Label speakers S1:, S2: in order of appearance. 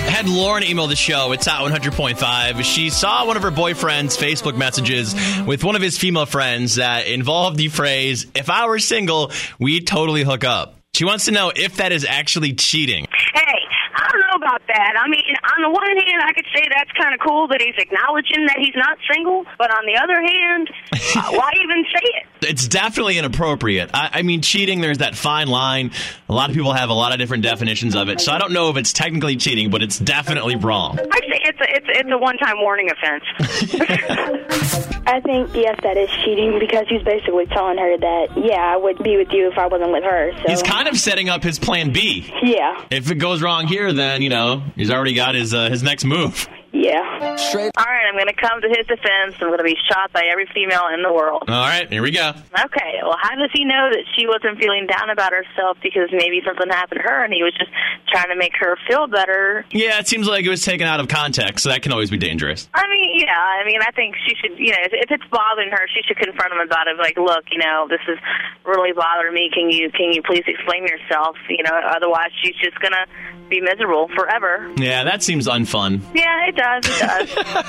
S1: had Lauren email the show. It's Hot 100.5. She saw one of her boyfriend's Facebook messages with one of his female friends that involved the phrase, if I were single, we'd totally hook up. She wants to know if that is actually cheating.
S2: Hey, I don't know about that. I mean, on the one hand, I could say that's kind of cool that he's acknowledging that he's not single, but on the other hand, uh, why even say it?
S1: It's definitely inappropriate. I, I mean, cheating, there's that fine line. A lot of people have a lot of different definitions of it. So I don't know if it's technically cheating, but it's definitely wrong.
S2: I say it's a, it's, a- it's a one-time warning offense.
S3: I think yes, that is cheating because he's basically telling her that yeah, I would be with you if I wasn't with her. So
S1: He's kind of setting up his plan B.
S3: yeah,
S1: If it goes wrong here, then, you know, he's already got his, uh, his next move.
S3: yeah.
S2: All right, I'm going to come to his defense. I'm going to be shot by every female in the world.
S1: All right, here we go.
S2: Okay, well, how does he know that she wasn't feeling down about herself because maybe something happened to her and he was just trying to make her feel better?
S1: Yeah, it seems like it was taken out of context, so that can always be dangerous.
S2: I mean, yeah, I mean, I think she should, you know, if, if it's bothering her, she should confront him about it. Like, look, you know, this is really bothering me. Can you, can you please explain yourself? You know, otherwise she's just going to be miserable forever.
S1: Yeah, that seems unfun.
S2: Yeah, it does. It does.